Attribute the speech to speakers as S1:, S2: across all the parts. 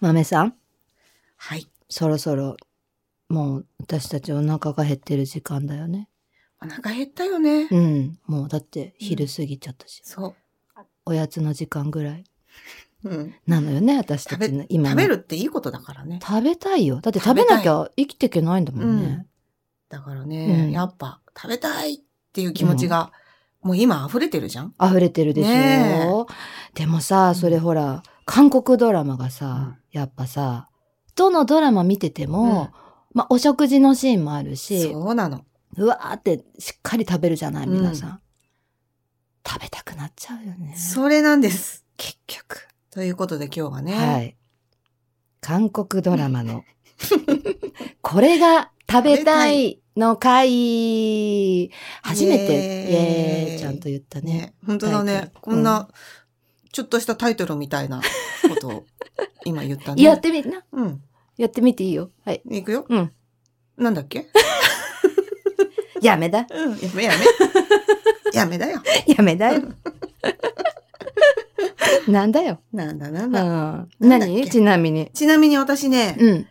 S1: 豆さん、
S2: はい。
S1: そろそろ、もう私たちお腹が減ってる時間だよね。
S2: お腹減ったよね。
S1: うん。もうだって昼過ぎちゃったし、
S2: そ。
S1: おやつの時間ぐらいう
S2: うん。
S1: なのよね、私た
S2: 食べ
S1: ちの今
S2: 食
S1: の
S2: べるっていいことだからね。
S1: 食べたいよ。だって食べなきゃ生きていけないんだもんね。
S2: だからね、
S1: うん
S2: やっぱ食べたいっていう気持ちが、もう今溢れてるじゃん。
S1: 溢れてるでしょ、
S2: ね
S1: でもさ、それほら、韓国ドラマがさ、やっぱさ、どのドラマ見てても、まあお食事のシーンもあるし、
S2: そうなの。
S1: うわーってしっかり食べるじゃない、
S2: うん
S1: 皆さん。食べたくなっちゃうよね。
S2: それなんです。
S1: 結局。
S2: ということで今日はね、
S1: はい。韓国ドラマの、 これが食べたいの回。初めて、イ
S2: イエーイ
S1: エーイちゃんと言ったね。
S2: ね、本当だ
S1: タイ
S2: ね
S1: ト。ル
S2: こんな、ちょっとしたタイトルみたいなことを今言ったね。
S1: やってみな。
S2: うん。
S1: やってみていいよ。はい。
S2: いくよ。
S1: うん。
S2: なんだっけ
S1: やめ だ。
S2: うん。やめや め。やめだよ。
S1: やめ だよ。なんだよ。
S2: なんだな
S1: うんん。
S2: だ。なんだっけ
S1: 何ちなみに。
S2: ちなみに私ね、
S1: うん。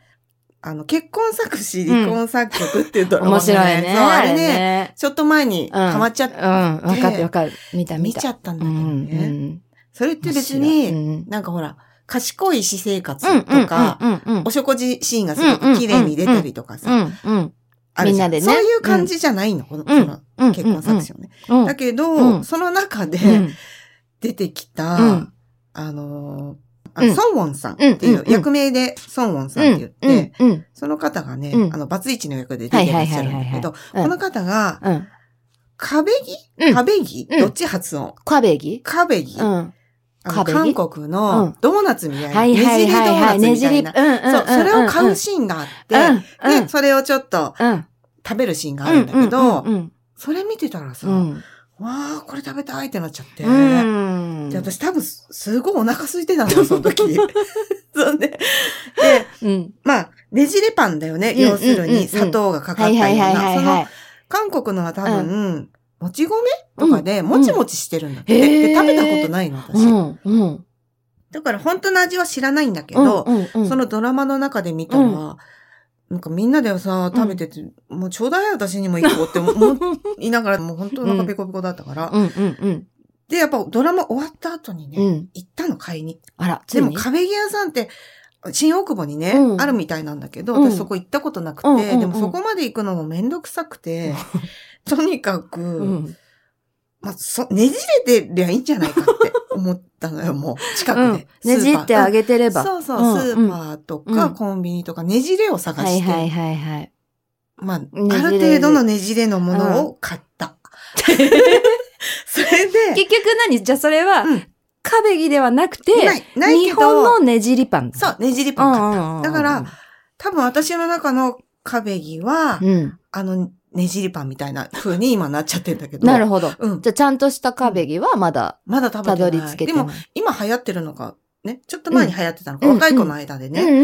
S2: あの、結婚作詞、離婚作曲っていうドラマ、
S1: 面白いね。
S2: そう、あれね、
S1: ね。
S2: ちょっと前にハマっちゃっ
S1: うん。
S2: た、
S1: わかってわかる。見た見
S2: 見
S1: た。
S2: ちゃったんだ
S1: う
S2: けど
S1: ん
S2: ね。
S1: うん。
S2: それって別
S1: 面白い
S2: に、
S1: うん
S2: なんかほら、賢い私生活
S1: うん
S2: とか、
S1: うんうんうん
S2: お食事シーンがすごく綺麗に出たりとかさ、
S1: うんうん
S2: あ
S1: み
S2: るじゃ
S1: んなでね
S2: そういう感じじゃないの、このその
S1: うん
S2: 結婚作詞はね。
S1: うん
S2: だけど、
S1: うん
S2: その中で
S1: うん
S2: 出てきた、
S1: うん
S2: あのーあ
S1: うん
S2: ソンウォンさんっていう、
S1: うんうん
S2: 役名でソンウォンさんって言って、
S1: うんうん
S2: その方がね、
S1: うん
S2: あの、バツイチの役で出てらっしゃるんだ
S1: はいはいはい
S2: け
S1: は
S2: ど、この方が、
S1: うん
S2: 壁木
S1: うん
S2: 壁木
S1: うん
S2: どっち発音
S1: 壁木
S2: 壁木
S1: う
S2: あ
S1: ん
S2: の
S1: 壁木
S2: 韓国
S1: う
S2: の
S1: ん
S2: ドーナツみた
S1: はいい
S2: な、
S1: は
S2: ねじ
S1: い
S2: りド
S1: はい
S2: ーナ
S1: はい
S2: ツ
S1: ね
S2: み
S1: じ
S2: た
S1: り
S2: いうな。
S1: ん
S2: そう、それを買う
S1: し
S2: シーンがあって、
S1: うんうん
S2: で、それをちょっと
S1: うん
S2: 食べるシーンがあるんだけど、
S1: うん
S2: それ見てたらさ、
S1: う
S2: わ
S1: ん
S2: あこれ食べたいってなっちゃって。
S1: うん
S2: で、私多分す、すごいお腹空いてたんだよ、その時。そんで、で、
S1: うん
S2: まあ、ねじれパンだよね。
S1: うん
S2: 要する
S1: うんうんうん
S2: に、砂糖がかか
S1: は
S2: っ
S1: い
S2: た
S1: は
S2: よう
S1: いはい
S2: な。
S1: はい
S2: その
S1: は
S2: 韓国のは多分、もち米
S1: い
S2: とかで、もちもちしてるんだって。
S1: うんへー
S2: で食べたことないの、
S1: う
S2: 私。
S1: んうん
S2: だから、本当の味は知らないんだけ
S1: うん
S2: ど、
S1: うんうん
S2: そのドラマの中で見たら、
S1: う
S2: なんかみんなでさ、食べてて、もうちょうだい私にも一個って思いなが ら、もう本当お腹ペコペコだったから。
S1: うんうんうん
S2: で、やっぱドラマ終わった後にね、
S1: うん
S2: 行ったの、買いに。
S1: あらつ
S2: で
S1: い
S2: も
S1: に
S2: 壁木屋さんって、新大久保にね、
S1: うん
S2: あるみたいなんだけど、
S1: うん
S2: 私そこ行ったことなくて、
S1: うんうんうん
S2: でもそこまで行くのもめんどくさくて、とにかく、
S1: うん
S2: まあ、そ、ねじれてりゃいいんじゃないかって思ったの よ、もう、近
S1: う
S2: く
S1: ん
S2: で。
S1: ねじってあげ
S2: げ
S1: てれば
S2: そうそう、
S1: うん
S2: スーパーと
S1: う
S2: か
S1: ん
S2: コンビニとかねじれを探
S1: は
S2: し
S1: い
S2: て、
S1: はいはいはい
S2: まあ、
S1: れる
S2: ある程度のねじれのものを買った。 それで、
S1: 結局何じゃあそれは
S2: うん
S1: 壁木ではなくて
S2: ない、ない
S1: 日
S2: けど、
S1: 本のねじりパンだ
S2: そう、ねじり
S1: う
S2: パン買った。
S1: んうんうんうん
S2: だから、多分私の中の壁木は、
S1: うん。
S2: あの、ねじりパンみたいな風に今なっちゃってんだけど。
S1: なるほど。
S2: うん。
S1: じゃあ、ちゃんとした壁木はまだ
S2: まだ食べ
S1: た
S2: てな
S1: ど
S2: い。
S1: り着けて
S2: で
S1: ない。
S2: も、今流行ってるのか、ね、ちょっと前に流行ってたのか、
S1: うん
S2: 若い子の間でね。
S1: うんうんうん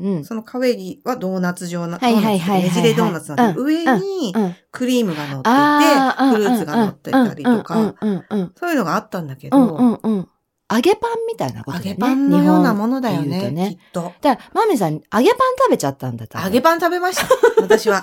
S1: うんうん。
S2: その壁木はドーナツ状な、
S1: はいはいはいはいはい
S2: ドーナツねじれドーナツなんで、
S1: う
S2: 上に
S1: うん
S2: クリームが乗
S1: あー
S2: っていて、フルーツが乗ってたりと
S1: うん
S2: か、
S1: うんうん
S2: そういうのがあったんだけ
S1: う
S2: ど、
S1: んうんうんうん。揚げパンみたいなこと
S2: 揚
S1: だよね。
S2: げパンのようなものだよ
S1: 日本って
S2: ね、
S1: いうとね
S2: きっと。
S1: だから、マミさん、揚げパン食べちゃったんだ多分
S2: 揚げパン食 べました、私は。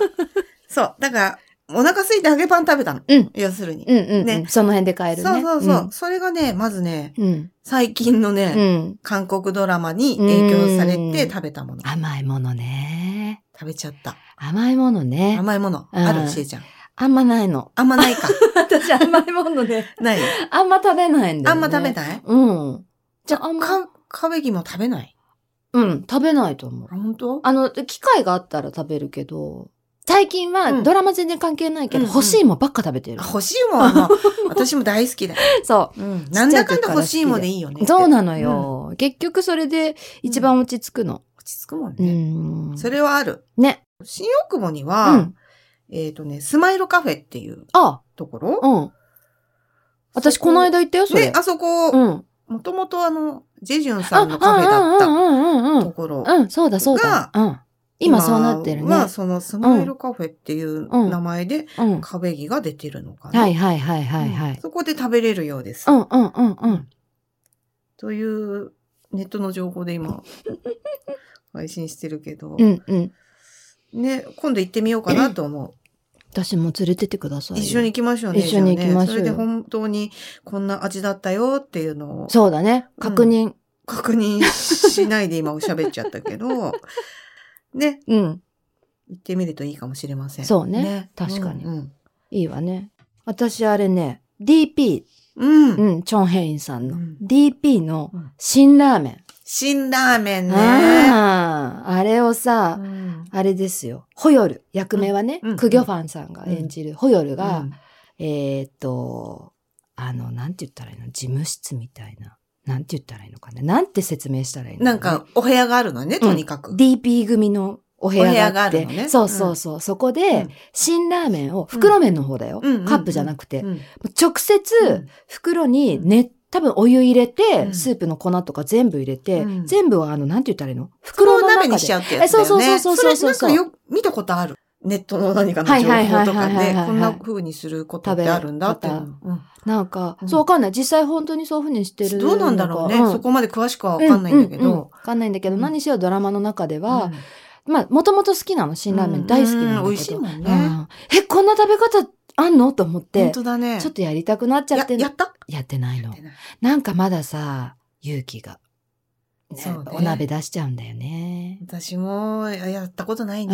S2: そう。だから、お腹空いて揚げパン食べたの。
S1: うん
S2: 要するに。
S1: うんうんうん。
S2: ね
S1: その辺で買えるね。
S2: そうそうそう、それがね、まずね、
S1: うん。うん。
S2: 最近のね、
S1: うん。
S2: 韓国ドラマに影響され
S1: うん
S2: て食べたもの。
S1: 甘いものね。
S2: 食べちゃった。
S1: 甘いものね。
S2: 甘いもの。
S1: うん
S2: あるしえちゃん。
S1: あんまないの。
S2: あんまな いか。
S1: 私、甘いものね。
S2: ない
S1: あんま食べないんだ
S2: あ
S1: よ
S2: ん
S1: ね。
S2: ま食べ
S1: い。
S2: ない
S1: うん。じゃあ、あんま。
S2: か、カベギも食べない。
S1: うん、食べないと思う。
S2: 本当
S1: あの、機会があったら食べるけど、最近
S2: う
S1: は
S2: ん
S1: ドラマ全然関係ないけど、
S2: うんうん
S1: 欲しいもんばっか食べてる。
S2: 欲しいもんも、私も大好きだよ。
S1: そ
S2: うん。なんだかんだ欲しいもんでいいよね。
S1: う。そうなのよ。結局それで一番落ち着くの。
S2: うん。落ち着くもん
S1: う
S2: ね。
S1: ん。
S2: それはある。
S1: ね。
S2: 新大久保に
S1: う
S2: は、
S1: ん。
S2: えっとね、スマイルカフェっていう
S1: あ、
S2: ところ
S1: うん。私、この間言ったよ、それ
S2: で、。あそこ、
S1: うん。
S2: もともとあの、ジェジュンさ
S1: あ、
S2: んのカフェだ
S1: う
S2: っ
S1: んうんうんう
S2: た
S1: ん
S2: ところ。
S1: うん。うん、そうだそうだ。うん。今そうなってるね
S2: ま。あ、そのスマイルカフェっていう名前で、
S1: うん。
S2: 壁木が出てるのかな。
S1: はいはいはいはいは
S2: うん
S1: い。
S2: そこで食べれるようです。
S1: うんうんうんうん。
S2: という、ネットの情報で今、配信してるけど、
S1: うんうん。
S2: ね、今度行ってみようかなと思う。
S1: 私も連れてってくださいよ。
S2: 一緒に行きましょうね。
S1: 一緒に行きましょう
S2: じゃあね
S1: よ
S2: それで本当にこんな味だったよっていうのを
S1: そうだね。確認。
S2: 確認しないで今おしゃべっちゃったけ ど、ね、
S1: うん。
S2: 行ってみるといいかもしれません。
S1: そうね確かに
S2: うん。
S1: いいわね。私あれね、DP、
S2: うん。うん
S1: うん、チョンヘインさんの、
S2: うん
S1: DP の
S2: うん
S1: 辛ラーメン。
S2: 辛ラーメンね。
S1: あーあれをさ、
S2: うん
S1: あれですよ。ホヨル。役名はね、
S2: うん
S1: クギョファンさんが演じるホヨルが、
S2: うん
S1: えーっと、あの、なんて言ったらいいの事務室みたいな。なんて言ったらいいのかななんて説明したらいいの
S2: なん
S1: か
S2: か、お部屋があるのね、とにかく。
S1: DP 組のお部屋があって。
S2: お部屋があるのね
S1: そうそうそう。そこで、辛ラーメンを、袋麺の方だよ。
S2: うんうん
S1: カップじゃなくて。
S2: うん
S1: 直接、
S2: うん
S1: 袋にね、多分お湯入れて、
S2: うん
S1: スープの粉とか全部入れて、
S2: うん
S1: 全部はあの、なんて言ったらいいの
S2: 黒
S1: 袋の中
S2: 鍋
S1: で。
S2: にしちゃうってやつだよね。
S1: えそうそうそうそうそうそう
S2: れなんかよ見たことある。ネットの何かの情
S1: はいは
S2: 報
S1: い
S2: と
S1: は
S2: か
S1: いはいはいはい、
S2: でこんな風にすることってあるんだっていうの。うん
S1: なんか、
S2: うん
S1: そうわかんない。実際本当にそういうふうにしてるの
S2: ど
S1: か。
S2: うなんだろうね、
S1: う
S2: そこまで詳しくはわかんないんだけ
S1: うううわ
S2: ど。
S1: かんないんだけど、
S2: うん
S1: 何しろドラマの中では、
S2: うん
S1: まあ、もともと好きなの、辛ラーメン大好きなんだけど。
S2: うん美味しいもん
S1: う
S2: ね。
S1: んえ、こんな食べ方あんのと思っ
S2: 本
S1: て、
S2: 当だね。
S1: ちょっとやりたくなっちゃ
S2: や
S1: って
S2: やった
S1: やってないの
S2: やって。ない
S1: なんかまださ、勇気が。ね
S2: そうね
S1: お鍋出しちゃうんだよね。
S2: 私もややったことないうね。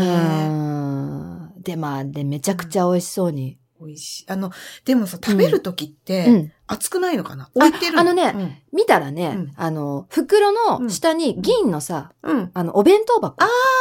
S1: ん。で、まあ、で、めちゃくちゃ美味しそうに。
S2: 美味しい。あの、でもさ、食べるときっ
S1: う
S2: て、
S1: ん。
S2: 熱くないのかな置いてる
S1: あのね
S2: ね、
S1: 見たらね、
S2: うん
S1: あの、袋の下に銀のさ、
S2: うん。うん
S1: あの、お弁当箱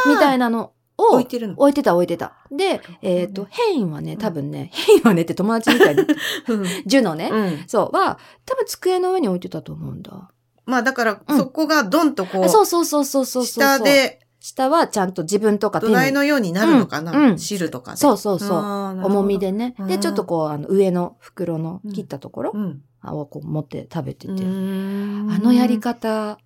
S1: みたいなの
S2: 置
S1: を
S2: いてるの。
S1: 置いてた置いてた。で
S2: ほどね、
S1: えっ、と、ヘインはね、
S2: ん
S1: 多分ね、 ヘインはねって友達みたい に、
S2: うん
S1: ジュのね、
S2: うん
S1: そう、は、多分机の上に置いてたと思うんだ。
S2: まあだから、
S1: うん
S2: そこがドンとこ、
S1: あそううそうそうそうそうそう。
S2: 下。で
S1: 下はちゃんと自分とか手
S2: 土台
S1: に。
S2: のようになるのか
S1: うんう
S2: な。
S1: ん
S2: 汁とかで。
S1: そうそうそう。
S2: あーなるほど
S1: 重み。でね。
S2: う
S1: で、
S2: ん
S1: ちょっとこう、あの、上の袋の切ったところ
S2: うん。
S1: をこう持って食べてて。あ
S2: あ
S1: のやり方、わ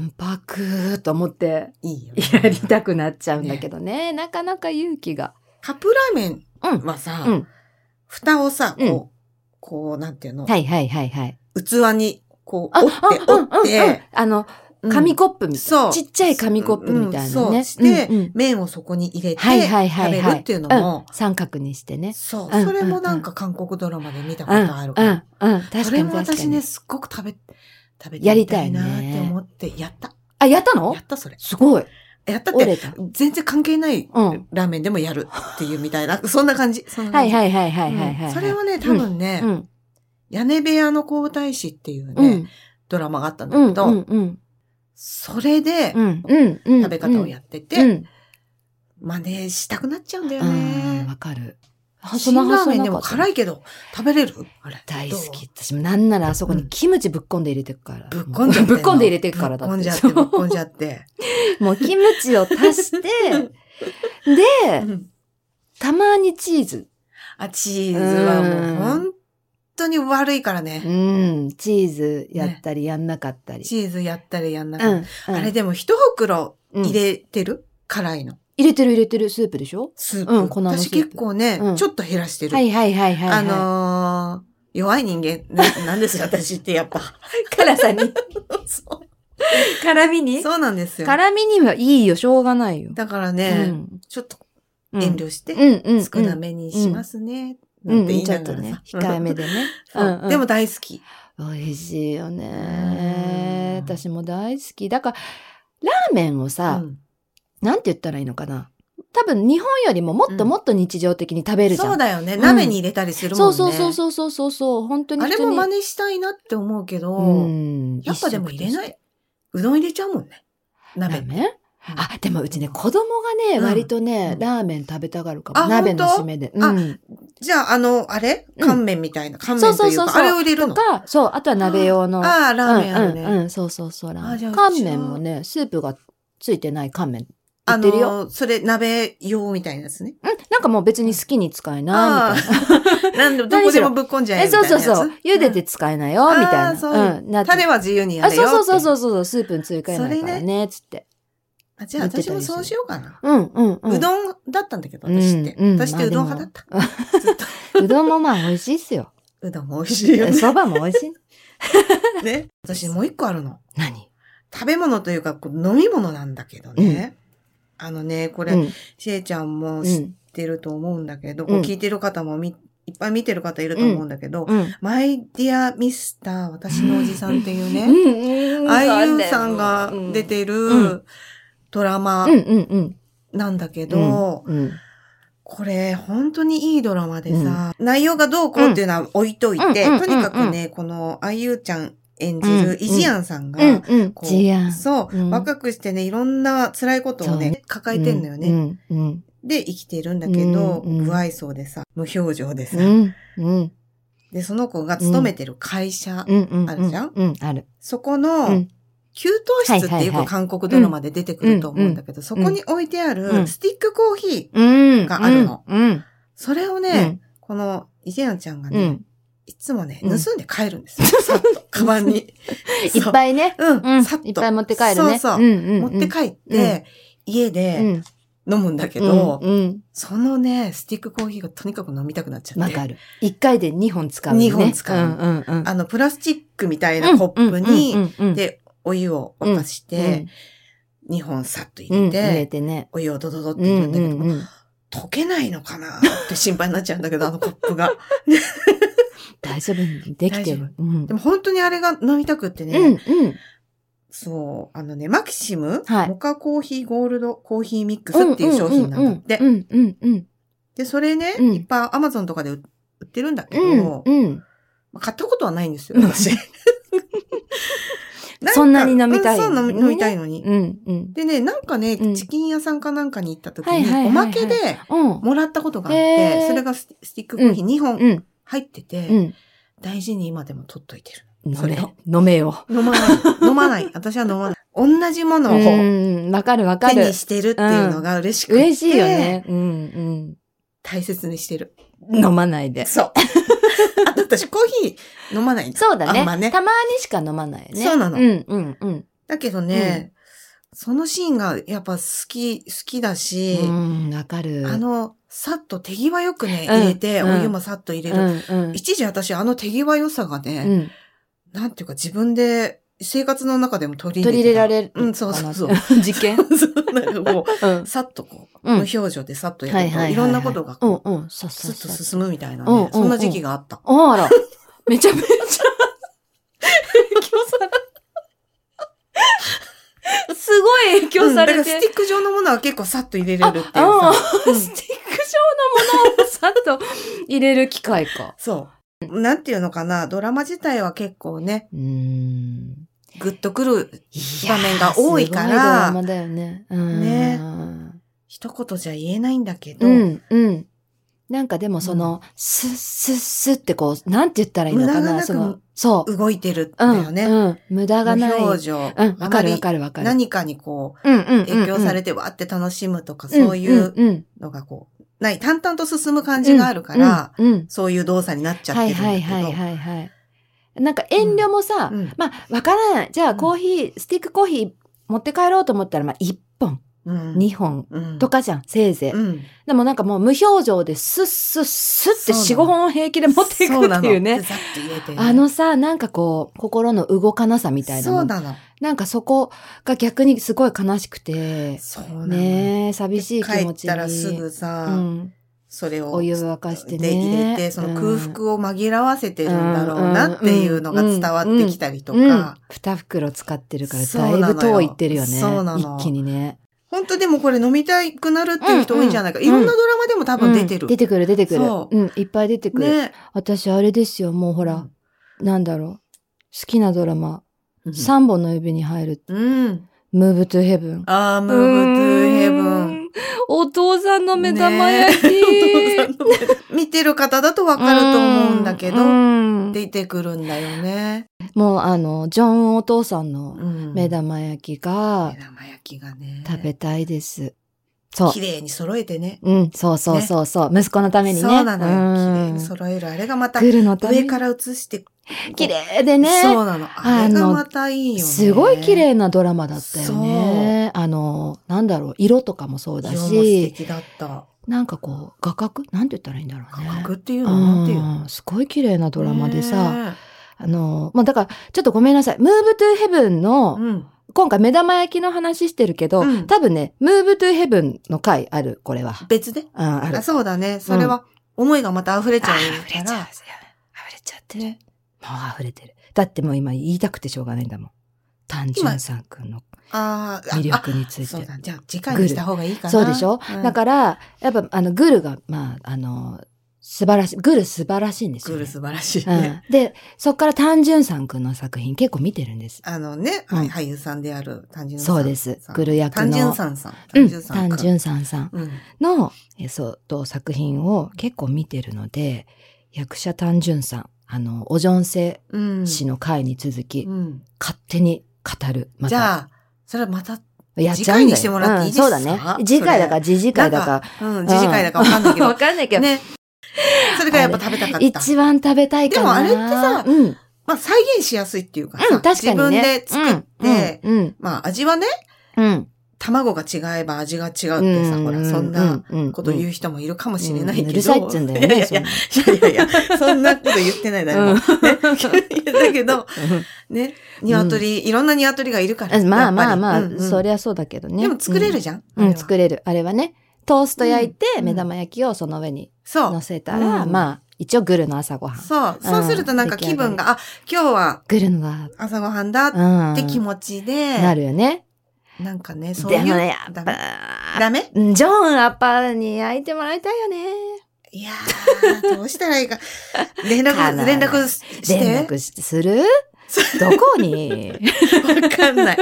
S1: んぱくと思って
S2: いいよね。
S1: やりたくなっちゃうんだけどね。なかなか勇気が。
S2: カップラーメン
S1: うん。
S2: はさ、
S1: うん
S2: 蓋をさ、こう、
S1: う
S2: こう、なんていうの、
S1: はいはいはいはい。
S2: 器に、こう、折って、
S1: う
S2: 折っ
S1: んうんうん
S2: て、
S1: あの、
S2: うん
S1: 紙コップみたい
S2: そ
S1: な。
S2: う
S1: ちっちゃい紙コップみたいな
S2: うんそ
S1: ね。
S2: うして
S1: うんうん
S2: 麺をそこに入れて、
S1: はいはいはいはい
S2: 食べるっていうのも、
S1: 三角にしてね。
S2: そう、
S1: うん
S2: それもなんか韓国ドラマで見たこ
S1: うん、うん、うん
S2: とあるから。。
S1: 確かに
S2: それも
S1: 確か
S2: 私
S1: に
S2: ね、。すっごく食べ、食べて
S1: や
S2: み
S1: り
S2: た
S1: た
S2: い
S1: い
S2: な
S1: ね
S2: ーって思って、やった。
S1: あ、やったの
S2: やった、それ。
S1: すごい。
S2: やったっ
S1: 折
S2: て、
S1: れた。
S2: 全然関係ない
S1: うん
S2: ラーメンでもやるっていうみた いな、そんな感じ。そんな
S1: は
S2: 感
S1: い
S2: じ
S1: はいはいはい
S2: うん
S1: はいはい。
S2: それはね、多分ね、
S1: うん。
S2: 屋根部屋の皇太子っていうね、
S1: うん。
S2: ドラマがあったんだ
S1: うん。
S2: け
S1: うん。
S2: ど、
S1: うん。
S2: それで、
S1: うん。うん。うん。
S2: 食べ方をやってて、
S1: うん。
S2: 真似したくなっちゃうんだよ
S1: うん。
S2: ね
S1: わ。かる。
S2: 辛ラーメンでも辛
S1: い。
S2: いけど、食べれるあれ。
S1: 大
S2: どう
S1: 好き。。私もなんならあそこ
S2: う
S1: に
S2: ん
S1: キムチぶっこんで入れてくから。
S2: ぶっこんじゃって
S1: ぶ
S2: の。
S1: っこんで入れてくからだ
S2: ぶっこ
S1: っ
S2: ん
S1: て
S2: じゃって、ぶっこんじゃって。
S1: もうキムチを足 して、で、
S2: うん
S1: たまにチーズ。
S2: あ、チーズはもう本当に悪いから
S1: う
S2: ね。
S1: ん、チーズやったりやんなかったり。
S2: チーズやったりやんなか
S1: う
S2: ったり。
S1: ん、
S2: あれ
S1: で
S2: でも一袋入れてる、辛いの。
S1: 入れてる入れてるスープでしょ
S2: スープ。
S1: うん粉のスープ
S2: 私結構ね、
S1: うん
S2: ちょっと減らしてる。
S1: はいはいはいはい、はい。
S2: あのー弱い人間な、なんで すよ、私ってやっぱ。
S1: 辛さに。
S2: そ
S1: 辛み
S2: う
S1: に
S2: そうなんですよ。
S1: 辛みにはいいよ、しょうがないよ。
S2: だから
S1: う
S2: ね、
S1: ん
S2: ちょっと
S1: うん
S2: 遠慮して、
S1: うんうんうん。
S2: 少なめにしますね。
S1: う
S2: なん
S1: ん
S2: て言い
S1: ちょ
S2: な
S1: っ
S2: が
S1: と
S2: ら
S1: ね
S2: さ、。。
S1: 控えめでね
S2: そう
S1: うんうん
S2: でも大好き。
S1: 美味しいよ
S2: うん
S1: ね。私も大好き。だから、ラーメンをさ、
S2: うん
S1: なんて言ったらいいのかな。多分日本よりももっともっと日常的に食べるじゃん。
S2: そうだよね。
S1: ん
S2: 鍋に入れたりするもん
S1: そう
S2: ね。
S1: そうそうそうそうそうそう。本当に
S2: あれも
S1: 普通に
S2: 真似したいなって思うけど、
S1: うん
S2: やっぱでも入れな
S1: 一
S2: い。うどん入れちゃうもんね。
S1: 食と
S2: 鍋
S1: してラー。メンあ、でもうちね、子供がね、
S2: うん
S1: 割と
S2: う
S1: ね
S2: ん、
S1: ラーメン食べたがるか
S2: あ
S1: も。鍋の
S2: 本当
S1: 締めで。
S2: あ
S1: うん。
S2: じゃあ、あの、あれ
S1: うん
S2: 乾麺みたいな。乾
S1: そう
S2: 麺と
S1: そう
S2: いう
S1: そう
S2: か、
S1: そう。
S2: あれを入れるの
S1: と。か、そう、あとは鍋用の。
S2: ああ、ラーメンある
S1: うんう
S2: ね。
S1: んうん、そうそうそう。ラ
S2: あじ
S1: ー
S2: ゃ
S1: メ
S2: あ
S1: ン
S2: うち
S1: 乾麺もね、スープがついてない乾麺。売
S2: あ
S1: ってるよ。
S2: の、それ鍋用みたいなや つね。
S1: うん、なんかもう別に好きに使えな、み たいな。
S2: あ。なんで、どこでもぶっこんじゃえ
S1: え、
S2: みた
S1: そ
S2: いうなや
S1: そう
S2: つ。
S1: そう。茹で
S2: う
S1: て
S2: ん
S1: 使えないよ、みた
S2: あ
S1: い
S2: ーそう
S1: な。うん、なって
S2: 種は自由にや
S1: あ、
S2: れよ
S1: そう
S2: って。
S1: そうそうそうそうそう、スープに追加えないから
S2: そ
S1: ね、つって。
S2: あじゃあ、私もそうしようかな。
S1: うん、うん、うん。
S2: うどんだったんだけど、私って。
S1: うんうん
S2: 私ってうどん派だ
S1: ま
S2: った。ずっと。
S1: うどんもまあ美味しいっすよ。
S2: うどんも美味しいよね。
S1: そばも美味しい。
S2: ね。私もう一個あるの。
S1: 何
S2: 食べ物というか、こう飲み物なんだけどね。あのね、 これ、
S1: うん
S2: しえちゃんも
S1: う
S2: 知っ
S1: ん
S2: てると思うんだけど、
S1: うん
S2: こう聞いてる方もみいっぱい見てる方いると思うんだけど、
S1: うん
S2: マイディアミスター私のおじさんっていうね、
S1: うん
S2: ああいうさんが出て
S1: うん
S2: るドラマ
S1: うんうんうん
S2: なんだけ
S1: う
S2: ど、
S1: んうん
S2: これ本当にいいドラマでさ、内容がどうこうっていうのは置いといて、
S1: うん
S2: とにかくね、このあゆちゃん演じ
S1: うん
S2: るイジアンさんが、
S1: うんうん
S2: こう
S1: 治安
S2: そう、
S1: うん
S2: 若くしてね、いろんな辛いことを
S1: そう
S2: ね、
S1: ね
S2: 抱えてんのよね。
S1: うんうん
S2: で、生きてるんだけど、
S1: うんうん
S2: 不愛想でさ、無表情でさ、
S1: うんうん
S2: で、その子が勤めてる会社、
S1: うんうん
S2: あるじゃん
S1: うんある
S2: そこ
S1: う
S2: の
S1: ん、
S2: 給湯室っ
S1: は
S2: て
S1: い
S2: よ
S1: はいはい
S2: く韓国ドラマで出てくると思うんだけど、そこに置いてあ
S1: う
S2: る
S1: ん
S2: スティックコーヒー、
S1: うん
S2: があるの
S1: うんうん
S2: それを
S1: う
S2: ね、
S1: ん
S2: このイジェンちゃんが
S1: う
S2: ね、
S1: ん
S2: いつもね、
S1: うん
S2: 盗んで帰るんですよ。さっ と、カバンに。
S1: いっぱいね
S2: そう。
S1: う
S2: うんん、さっと。
S1: いっぱい持って帰るね
S2: そうそう。
S1: 持
S2: 持って帰っ
S1: う
S2: て、家で
S1: る
S2: 飲むんだけ
S1: け
S2: ど、
S1: うん
S2: そのね、スティックコーヒーがとにかく飲みたくなっちゃっ
S1: わ
S2: て。
S1: かる。一回で二本使うのね。
S2: 二本使う
S1: うんうんうん。
S2: あの、プラスチックみたいなコップ
S1: うんう
S2: に、
S1: んうんうん、
S2: で、お湯を沸かして、2本さっと
S1: うん、
S2: 入れ
S1: うん入れ
S2: て、
S1: てね。
S2: お湯をドドドって
S1: う
S2: 入れ
S1: ん
S2: るん
S1: う
S2: だけど
S1: ん
S2: も、
S1: うん、
S2: 溶けないのかなって心配になっちゃうんだけど、あのコップ が。
S1: 大丈夫できて
S2: 大丈
S1: る。うん、
S2: でも本当にあれが飲みたくってね、
S1: うんうん
S2: そう、あのね、マキシム、
S1: はい
S2: モカコーヒーゴールドコーヒーミックスっていう商品なんだって。
S1: うんうんうん
S2: で、それね、
S1: うん
S2: いっぱいアマゾンとかで売売ってるんだけ
S1: う
S2: ど、
S1: んうんうん。
S2: まあ買ったことはないんですよ、 私。か
S1: そんなに飲みたい
S2: うんそう飲み飲みたいのに。
S1: うんうん
S2: でね、なんかね、
S1: うん
S2: チキン屋さんかなんかに行った時
S1: はいはいはいはい
S2: に、おまけで
S1: うん
S2: もらったことがあっ
S1: へ
S2: て
S1: ー、
S2: それがススティックコーヒー2
S1: う
S2: 本
S1: ん
S2: 入って
S1: う
S2: て、
S1: ん。
S2: 大事に今でも取っといてる。
S1: 飲
S2: そ
S1: め
S2: れを
S1: 飲めよ。
S2: 飲まない。 飲まない。私は飲まない。同じも
S1: う
S2: のを
S1: んわかるわか
S2: 手
S1: る
S2: に。してるっていうのが嬉しくて。
S1: 嬉しいよね。うん
S2: 大切にしてる。
S1: うん。飲まないで。
S2: そう。 あと私コーヒー飲まないんだ。
S1: そうだ
S2: あ
S1: ね
S2: んまね
S1: たまにしか飲まないよね。
S2: そうなの
S1: うんうんうん。
S2: だけどね、そのシーンがやっぱ好き、好きだし、
S1: うん、わかる。
S2: あの、さっと手際よくね、
S1: うん
S2: 入れて、
S1: うん
S2: お湯もさっと入れ
S1: う
S2: る。
S1: んうん
S2: 一時私あの手際良さが
S1: う
S2: ね、
S1: ん。
S2: なんていうか自分で生活の中でも取り
S1: 取り
S2: 入
S1: 入
S2: れ
S1: れら
S2: てた
S1: れる。
S2: うんそうそうそう
S1: 実験
S2: そうなんかこ
S1: うん
S2: う、。さっとこう、
S1: うん
S2: 無表情でさっとやると、いろんなことが
S1: う
S2: こ
S1: ん
S2: う、
S1: うん、そうそ
S2: ス
S1: う
S2: ッと
S1: そう。
S2: 進むみたいな
S1: うんうんう
S2: ね
S1: ん、
S2: そんな時期があった。
S1: ああら、めちゃめちゃ、影響され、すごい影響され
S2: うんだから
S1: て
S2: ステ、ィック状のものは結構さっと入れれるっていう
S1: あ
S2: さ
S1: あ。
S2: うん
S1: スティック状のものをさっと入れる機会か。
S2: そう。なんていうのかな、ドラマ自体は結構ね、
S1: うーん。
S2: グッとくる
S1: いや
S2: 場面が多いか
S1: すごいドラ
S2: ら
S1: マ、だよね。うん
S2: ね一言じゃ言えないんだけど、
S1: うん、うん。なんかでもその、スッスッスッってこう、なんて言ったらいいのか
S2: 無駄が
S1: な、
S2: なく
S1: その、そう。
S2: 動いてるんだ
S1: うん、
S2: よね。
S1: うん。無駄がない。
S2: 無表
S1: う
S2: 情。
S1: ん、わかるわ
S2: あ
S1: かるわ
S2: ま
S1: かる。
S2: り何かにこ
S1: うんうんうんうん
S2: う、影響されてわーって楽しむとか、そういう
S1: うんうん
S2: のがこう、ない、淡々と進む感じがあるから、
S1: うんうん
S2: そういう動作になっちゃって
S1: は
S2: るん
S1: い
S2: だけど。
S1: はいはいはいはい。なんか遠慮もさ、
S2: うん
S1: まあ、わからない。じゃあ
S2: うん
S1: コーヒー、スティックコーヒー持って帰ろうと思ったら、まあ、1本、
S2: うん
S1: 2本
S2: うん
S1: とかじゃん、せいぜい。
S2: うん。
S1: でもなんかもう無表情でスッスッスッって4、
S2: そうな
S1: 5
S2: の
S1: 本平気で持っていく
S2: そな
S1: って
S2: の
S1: いうね。
S2: ざっと入れてね
S1: あのさ、なんかこう、心の動かなさみたいな
S2: そ
S1: も
S2: うんなの。
S1: なんかそこが逆にすごい悲しくて、
S2: そうなの。
S1: ねえ、寂しい
S2: 帰
S1: 気持
S2: っ
S1: ちに。
S2: たらすぐさ、
S1: うん、
S2: それを
S1: お湯沸かしてね。
S2: で入れて、その空腹を紛らわせてるんだろうなっていうのが伝わってきたりと
S1: うんうん
S2: か。
S1: 二袋使ってるから
S2: そう
S1: だい
S2: なのよ
S1: ぶ遠いってるよね。
S2: そうなの
S1: 一気にね。
S2: 本当でもこれ飲みたくなるっていう人多いんじゃないか。
S1: うん
S2: いろんなドラマでも多分出て
S1: う
S2: る
S1: ん。出てくる出てくる。。
S2: そう
S1: ん、いっぱい出てくる。
S2: ね。
S1: 私あれですよ、もうほら、なんだろう。好きなドラマ、三本の指に入る、
S2: うん。
S1: ムーブトゥヘブン。
S2: あー、ムーブトゥーヘブン。。
S1: お父さんの目玉焼き。
S2: ね見てる方だとわかると思うんだけど、
S1: うん
S2: 出てくるんだよね。
S1: もうあの、ジョンお父さんの
S2: うん
S1: 目玉焼きが
S2: 目玉焼きがね。
S1: 食べたいです。そう
S2: 綺。麗に揃えてね。
S1: うん、そうそうそうそう、息子のためにね。
S2: そうなのよ。綺麗
S1: うん
S2: に揃える。あれがまた
S1: 来るのため
S2: 上
S1: に
S2: から映して。
S1: 綺麗でね。
S2: そうなの。あれがまたいいよね。
S1: すごい綺麗なドラマだったよね。あの、なんだろう、色とかもそう
S2: だ
S1: だ
S2: し。色も素
S1: し、
S2: 敵だった。なん
S1: なんかこう、画角なんて言ったらいいんだろうね。
S2: 画角っていううのなんていうの
S1: ん、すごい綺麗なドラマでさ、
S2: ね
S1: あの、まあ、だから、ちょっとごめんなさい。ムーブトゥーヘブン
S2: え
S1: の、
S2: うん。
S1: 今回目玉焼きの話してるけど、
S2: うん
S1: 多分ね、ムーブトゥーヘブンの回ある、これは。
S2: 別で
S1: うん、ある。
S2: あそうだね。それは、思いがまた溢れちゃ
S1: あ
S2: う
S1: 溢れ
S2: か
S1: ちゃう。
S2: ら。
S1: 溢れちゃってる。もう溢れてる。だってもう今言いたくてしょうがないんだもん。単純さんくんの
S2: あーあ、
S1: 魅力につ
S2: あ
S1: い
S2: そう
S1: て。
S2: だ。じゃあ、次回にした方がいいかな。
S1: そうでしょ、だ
S2: ら、
S1: から、やっぱ、あの、グルが、まあ、あの、素晴らしい、グル素晴らしいんです
S2: グ
S1: よ、ね。
S2: ル素晴らしいね。
S1: うん、で、そっから単純さんくんの作品結構見てるんです。
S2: あのね、
S1: うん
S2: 俳優さんである、単純さん。
S1: そうです。グル役の。
S2: 単純さんさん。
S1: う
S2: 単
S1: ん、
S2: 純さん。
S1: 単。純さんさん
S2: うん。
S1: の、えそう、と作品を結構見てるので、役者単純さん、あの、おじょんせ
S2: うん。
S1: 氏の会に続き、
S2: うん
S1: 勝手に語る。また
S2: じゃあ、それはまた、
S1: やっち
S2: 次
S1: ゃうんだよ
S2: 回にしてもらっていいですか
S1: うんそうだね。次回だから、次次回だか
S2: うん、
S1: ら。
S2: 次回だかわかんない け
S1: わ
S2: ど。
S1: かんないけど。
S2: ね。それがやっぱ食べたかった。
S1: 一番食べたいかな。
S2: でもあれってさ
S1: うん。うん、
S2: まあ、再現しやすいっていうかさ、
S1: 確かにね。
S2: 自分で作って、
S1: うん、うん、
S2: まあ、味はね、
S1: うん。
S2: 卵が違えば味が違うってさ、
S1: うん
S2: ほら、そんなこと言
S1: う
S2: う人もいるかもしれないけど。
S1: うんうるさいっつうんだよね
S2: いやいやいやいやいやいや、そんなこと言ってないだ
S1: う
S2: よ。
S1: ん
S2: ね いやだけど、ね、鶏、いろんな鶏がいるから。
S1: うん まあまあまあ、
S2: やっぱりうんうん
S1: そりゃそうだけどね。
S2: でも作れる
S1: じ
S2: じゃん
S1: ゃん。うん、
S2: れ。
S1: 作れる。あれはね。トースト焼いて、
S2: うん
S1: 目玉焼きをその上に
S2: そ
S1: 乗
S2: う。
S1: せたら、
S2: うん
S1: まあ、一応グルの朝ごはん。
S2: そう。そうするとなんか気分が、あ、今日は
S1: グルのだ。
S2: 朝ごはんだっ
S1: うん。
S2: て気持ちで、
S1: なるよね。
S2: なんかね、そうい
S1: で
S2: う。
S1: もね、やっ
S2: ダ
S1: ぱ
S2: メ、ダメ
S1: うんジョンアッパに焼いてもらいたいよね。
S2: いやー、どうした らいいか。連
S1: かな
S2: 絡、連絡して。
S1: 連絡しするどこ に
S2: わか んない。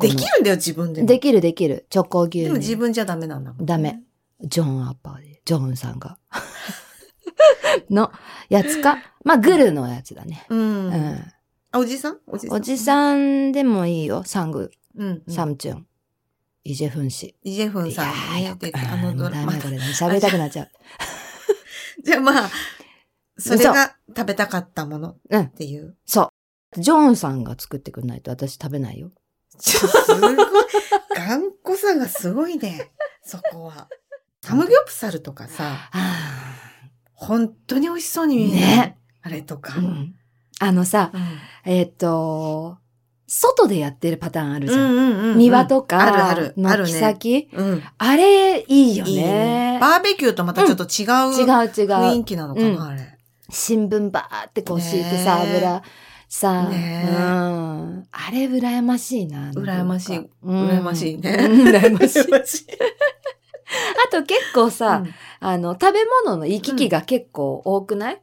S2: できるんだよ、自分でも。
S1: できるできる。チョコ牛
S2: でも自
S1: 乳。
S2: 分じゃダメなんだもん。
S1: ダメ。ジョンアッパーで。ジョンさんが。 のやつか。まあ、グルのやつだね。
S2: う。
S1: うんん。
S2: あおじさんおじさん。
S1: おじさんでもいいよ。サング、
S2: うん。
S1: サ
S2: ん。
S1: ムチュン、イジェフン氏。
S2: イジェフン
S1: い
S2: さ
S1: や
S2: ん
S1: ーよ
S2: ね。
S1: く
S2: で、
S1: あ
S2: あ
S1: の、
S2: の
S1: も
S2: ド
S1: う
S2: ラ
S1: ダ
S2: マ
S1: メ。だこれ、喋りたくなっちゃう。
S2: じゃあまあ、それが食べたかったもの
S1: うん
S2: っていう。
S1: ジョンさんが作ってくんないと私食べないよ。
S2: ちょすごい。頑固さがすごいね。 そこは。サムギョプサルとかさ、
S1: あ
S2: 本当に美味しそうに見える。
S1: ね。
S2: あれとか。
S1: あ、うん。あのさ、えーっ、と、外でやってるパターンあるじゃん。
S2: ん
S1: 庭とか、
S2: あるあるある
S1: 軒
S2: ね
S1: 先、
S2: うん。
S1: あれ、いいよね。
S2: いいね。バーベキューとまたちょっと違う
S1: 違う違
S2: 雰
S1: う。
S2: 囲気なのか
S1: うん
S2: な、あれ。
S1: 新聞ばーってこう敷いてさ、
S2: ねえ
S1: 油さ、
S2: ねえ
S1: うん。あれ、羨ましいな。
S2: 羨ましい
S1: うん。
S2: 羨ましいね
S1: うん羨まし い。
S2: 羨ましい
S1: あと結構さ、
S2: うん
S1: あの、食べ物の行き来が結構多くない、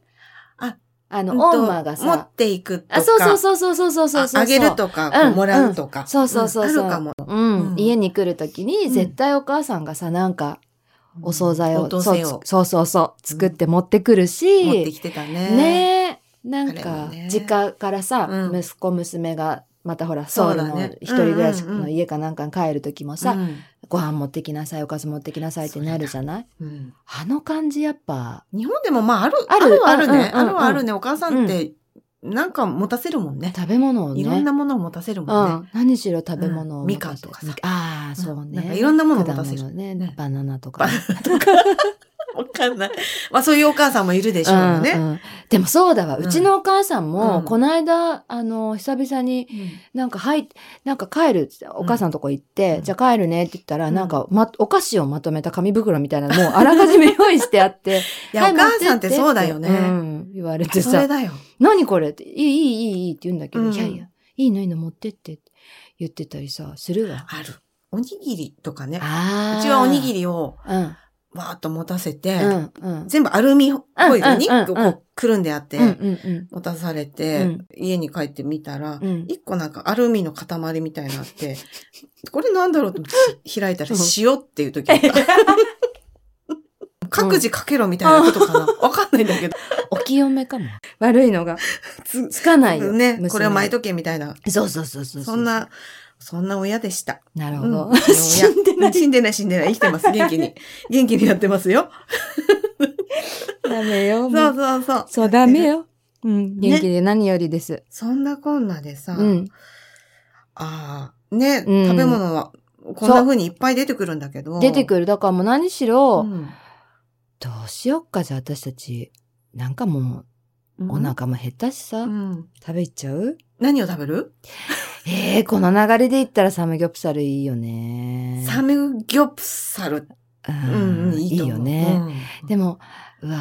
S2: あ、
S1: あの、
S2: うん
S1: オ
S2: と
S1: ーマーが
S2: 持
S1: さ
S2: っ、ていくとか。
S1: あ、そうそうそうそうそうそうそうそう。
S2: ああげるとか、
S1: うん
S2: もらうとか。
S1: そうそうそうそうん
S2: あるかも。
S1: うん、
S2: うん
S1: 家に来るときに、
S2: うん
S1: 絶対お母さんがさ、なんか、お惣菜を、
S2: お
S1: そ
S2: 父
S1: う
S2: さん
S1: そう
S2: を
S1: そうそう作って持ってくるし、
S2: 持ってきてたね。
S1: ねえ、なん
S2: あれ
S1: か
S2: も、ね
S1: 実家からさ、
S2: うん
S1: 息子娘が、またほら、ソウ
S2: そう
S1: ル
S2: だ
S1: の
S2: ね
S1: 一人暮らし
S2: うんうん
S1: の
S2: うん
S1: 家かなんかに帰るときも
S2: さ、
S1: さ、ご飯持ってきなさい、おかず持ってきなさいってなるじゃない
S2: うん
S1: あの感じやっぱ、
S2: 日本でもまあある、
S1: あ
S2: あ
S1: る
S2: るはある
S1: うんうん
S2: ね。
S1: うん
S2: あるはあるね。お母さんって、なんか持たせるもんね。
S1: 食べ物をね。
S2: いろんなものを持たせる
S1: う
S2: もんね。
S1: ん、何しろ食べ物を、
S2: うんみかんとかさ
S1: みああ、そう
S2: なん
S1: ね。
S2: かいろんなものを持たせる
S1: 果物ね
S2: ね。
S1: バナナとか。
S2: わかんない。まあそういうお母さんもいるでしょう
S1: う
S2: ね。
S1: んうんでもそうだわ。
S2: う
S1: うんちのお母さんも、
S2: うん
S1: この間、あの、久々に、なんか、はい、なんか帰るっつって、お母さんのとこ行って、
S2: うん
S1: じゃあ帰るねって言ったら、
S2: うん
S1: なんか、ま、お菓子をまとめた紙袋みたいなのもうあらかじめ用意してあって、
S2: いや、お
S1: 持
S2: 母さんってそうだよ
S1: ってってう
S2: ね。
S1: ん、言われて
S2: それ
S1: さ、
S2: だよ。
S1: 何これって、いい、いい、いい、いいって言うんだけど、
S2: うん
S1: いやいや、いいのいいの持ってってって言ってたりさ、するわ。
S2: ある。おにぎりとかね。
S1: あ
S2: うちはおにぎ
S1: り。
S2: りを
S1: うん。
S2: わーっと持たせて、
S1: うん。うん。
S2: 全部アルミホイルに
S1: うんうん
S2: こ
S1: うんうん
S2: うくるんであって、
S1: うんうん
S2: 持たされて、
S1: うん
S2: 家に帰ってみたら
S1: う、ん。
S2: 一個なんかアルミの塊みたいなの あって、これなんだろうと思ってひ開いたら
S1: うん
S2: 塩っていう時だった。各自かけろみたいなことかな。わかんないんだけど。
S1: お清め かも。悪いのが。つ、つかないよ。
S2: ね、
S1: 娘
S2: これを巻いとけみたいな。
S1: そうそうそうそうう。
S2: そんな、そんな親でした。
S1: なるほ
S2: う
S1: ど
S2: ん。うちの親
S1: 死んでない。
S2: 死んでない、死んでない。生きてます。元 気に。元気にやってますよ。
S1: ダメよ。
S2: そう
S1: もう
S2: そうそう。
S1: そう、ダメよ。うん。元気で何よりです。
S2: そんなこんなでさ、
S1: うん。
S2: ああ、ね、
S1: うん
S2: 食べ物は、こんな風にいっぱい出てくるんだけど。
S1: 出てくる。だからもう何しろ、
S2: うん
S1: どうしよっか、じゃあ私たち。なんかもう、
S2: うん
S1: お腹も減ったしさ、
S2: うん。
S1: 食べちゃう
S2: 何を食べる
S1: えー、この流れで言ったらサムギョプサルいいよね。
S2: サムギョプサル。
S1: う
S2: うんん、うん、い
S1: い
S2: い
S1: い
S2: と思
S1: よ
S2: う
S1: ね。。
S2: うん
S1: でも、 うわ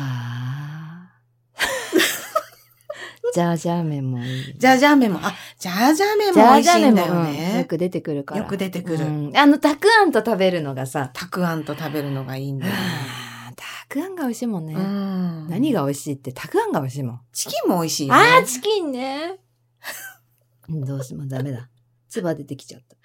S1: ー。ジャージャー麺もいい。
S2: ジャージャー麺も、あ、ジャージャー麺
S1: ジャ
S2: も
S1: ー
S2: 美味
S1: ジ
S2: し
S1: ャー
S2: いん
S1: 麺
S2: だよ
S1: も、うんよ
S2: ね。
S1: く出てくるから。
S2: よく出てくる
S1: うんあの、たくあんと食べるのがさ、
S2: たくあんと食べるのがいいんだよね。
S1: あーたくあんが美味しいもんね。
S2: うん
S1: 何が美味しいって、たくあんが美味しいもん。
S2: チキンも美味しいよね。
S1: あー、チキンね。どうしてもダメだ。唾出てきちゃった。